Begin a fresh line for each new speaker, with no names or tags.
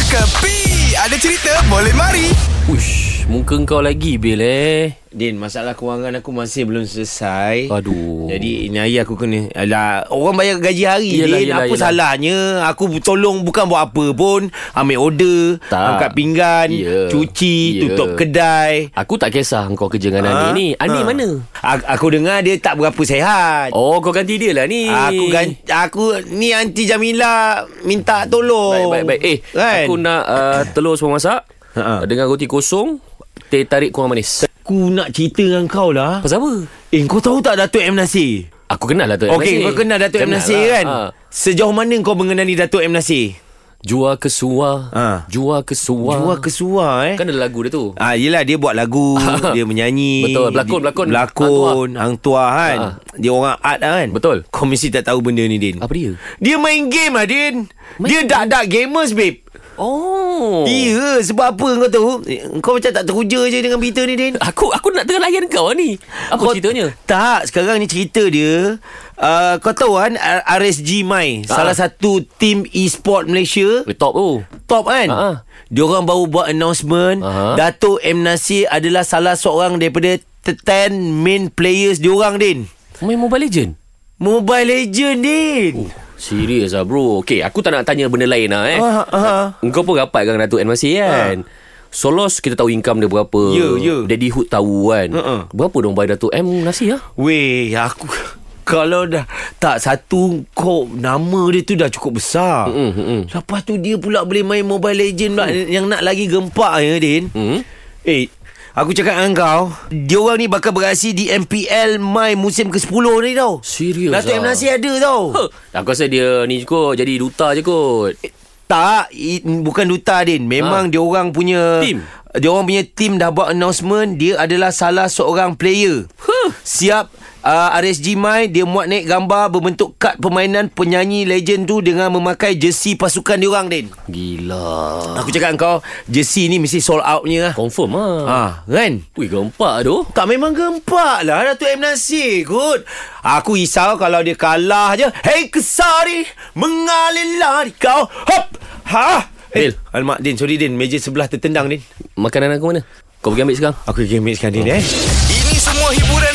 Kepi Ada cerita boleh mari
Uish, muka kau lagi Bil eh.
Din, masalah kewangan aku masih belum selesai.
Aduh.
Jadi ini hari aku kena Alah, Orang bayar gaji hari
Yelah,
yelah, Din
yelah,
Apa
yelah.
salahnya Aku bu- tolong bukan buat apa pun Ambil order
Tak.
Angkat pinggan
Ya.
Cuci
Ya.
Tutup kedai
Aku tak kisah kau kerja dengan Ani
Ha?
ni. Ani
Ha.
mana?
A- Aku dengar dia tak berapa sehat
Oh, kau ganti dia lah ni.
Aku gan aku ni anti Jamila minta
Baik,
tolong.
baik, baik. Eh,
kan?
aku nak uh, telur semua masak.
Ha-ha.
Dengan roti kosong. Teh tarik kurang manis.
aku nak cerita dengan kau lah.
Pasal apa?
Eh kau tahu tak Datuk M Nasir?
Aku kenal lah Dato' M.
Okey,
Nasir.
kau kenal Datuk M
Kenal
Nasir
lah.
kan?
Ha.
Sejauh mana kau mengenali Datuk M Nasir?
Jua kesua.
Ha.
Jua kesua.
Wah kesua eh.
Kan ada lagu dia tu.
Ah, yelah dia buat lagu, dia menyanyi.
Betul, berlakon, berlakon.
Berlakon, hang tua kan.
Ha.
Dia orang art lah kan.
Betul.
Kau mesti tak tahu benda ni, Din.
Apa dia?
Dia main game lah, Din. Dia dak-dak gamers, babe.
Oh.
Ya, sebab apa kau tahu? Kau macam tak teruja je dengan berita ni, Din.
Aku aku nak tengah layan kau ni. Apa
Kau-
ceritanya?
Tak, sekarang ni cerita dia uh, Kau tahu kan R- RSG Mai
Ah.
Salah satu tim e-sport Malaysia
Eh, Top tu.
Top kan
Ah, ah.
Diorang baru buat announcement
Ah.
Dato' M. Nasir adalah salah seorang daripada t- 10 main players diorang Din
Main Mobile Legend.
Mobile Legend Din
Serius lah Oh, bro Okay aku tak nak tanya benda lain lah eh
Ah, ah.
Engkau pun rapat dengan Datuk Anwar Masih kan Solos kita tahu income dia berapa
Ya, ya.
Daddy Hood tahu kan
Uh-uh.
Berapa dong bayar Datuk M Nasi lah
Weh aku kalau dah tak satu kau nama dia tu dah cukup besar. Mm-mm, mm-mm. Lepas tu dia pula boleh main Mobile Legend pula mm. yang nak lagi gempak ya Din. Mm. Eh aku cakap dengan kau, dia orang ni bakal beraksi di MPL Mai musim ke-10 ni tau.
Serius
Datuk M
ah?
Nasir ada tau.
huh. Aku rasa dia ni kot Jadi duta je kot
Eh, Tak i- Bukan duta Din Memang
Ha.
dia orang punya
Team.
Dia orang punya team dah buat announcement Dia adalah salah seorang player
Huh.
Siap uh, RSG Mai Dia muat naik gambar Berbentuk kad permainan Penyanyi legend tu Dengan memakai jersey pasukan dia orang Din
Gila
Aku cakap dengan kau Jersey ni mesti sold out punya lah
Confirm lah ha.
ha, Kan
Ui gempak tu
tak memang gempak lah Datuk M. Nasir kot Aku risau kalau dia kalah je Hei kesari Mengalir lari kau Hop Ha
Din.
Eh, alamak Din sorry Din Meja sebelah tertendang Din
Makanan aku mana? Kau pergi ambil sekarang
Aku pergi ambil sekarang Din eh
Ini semua hiburan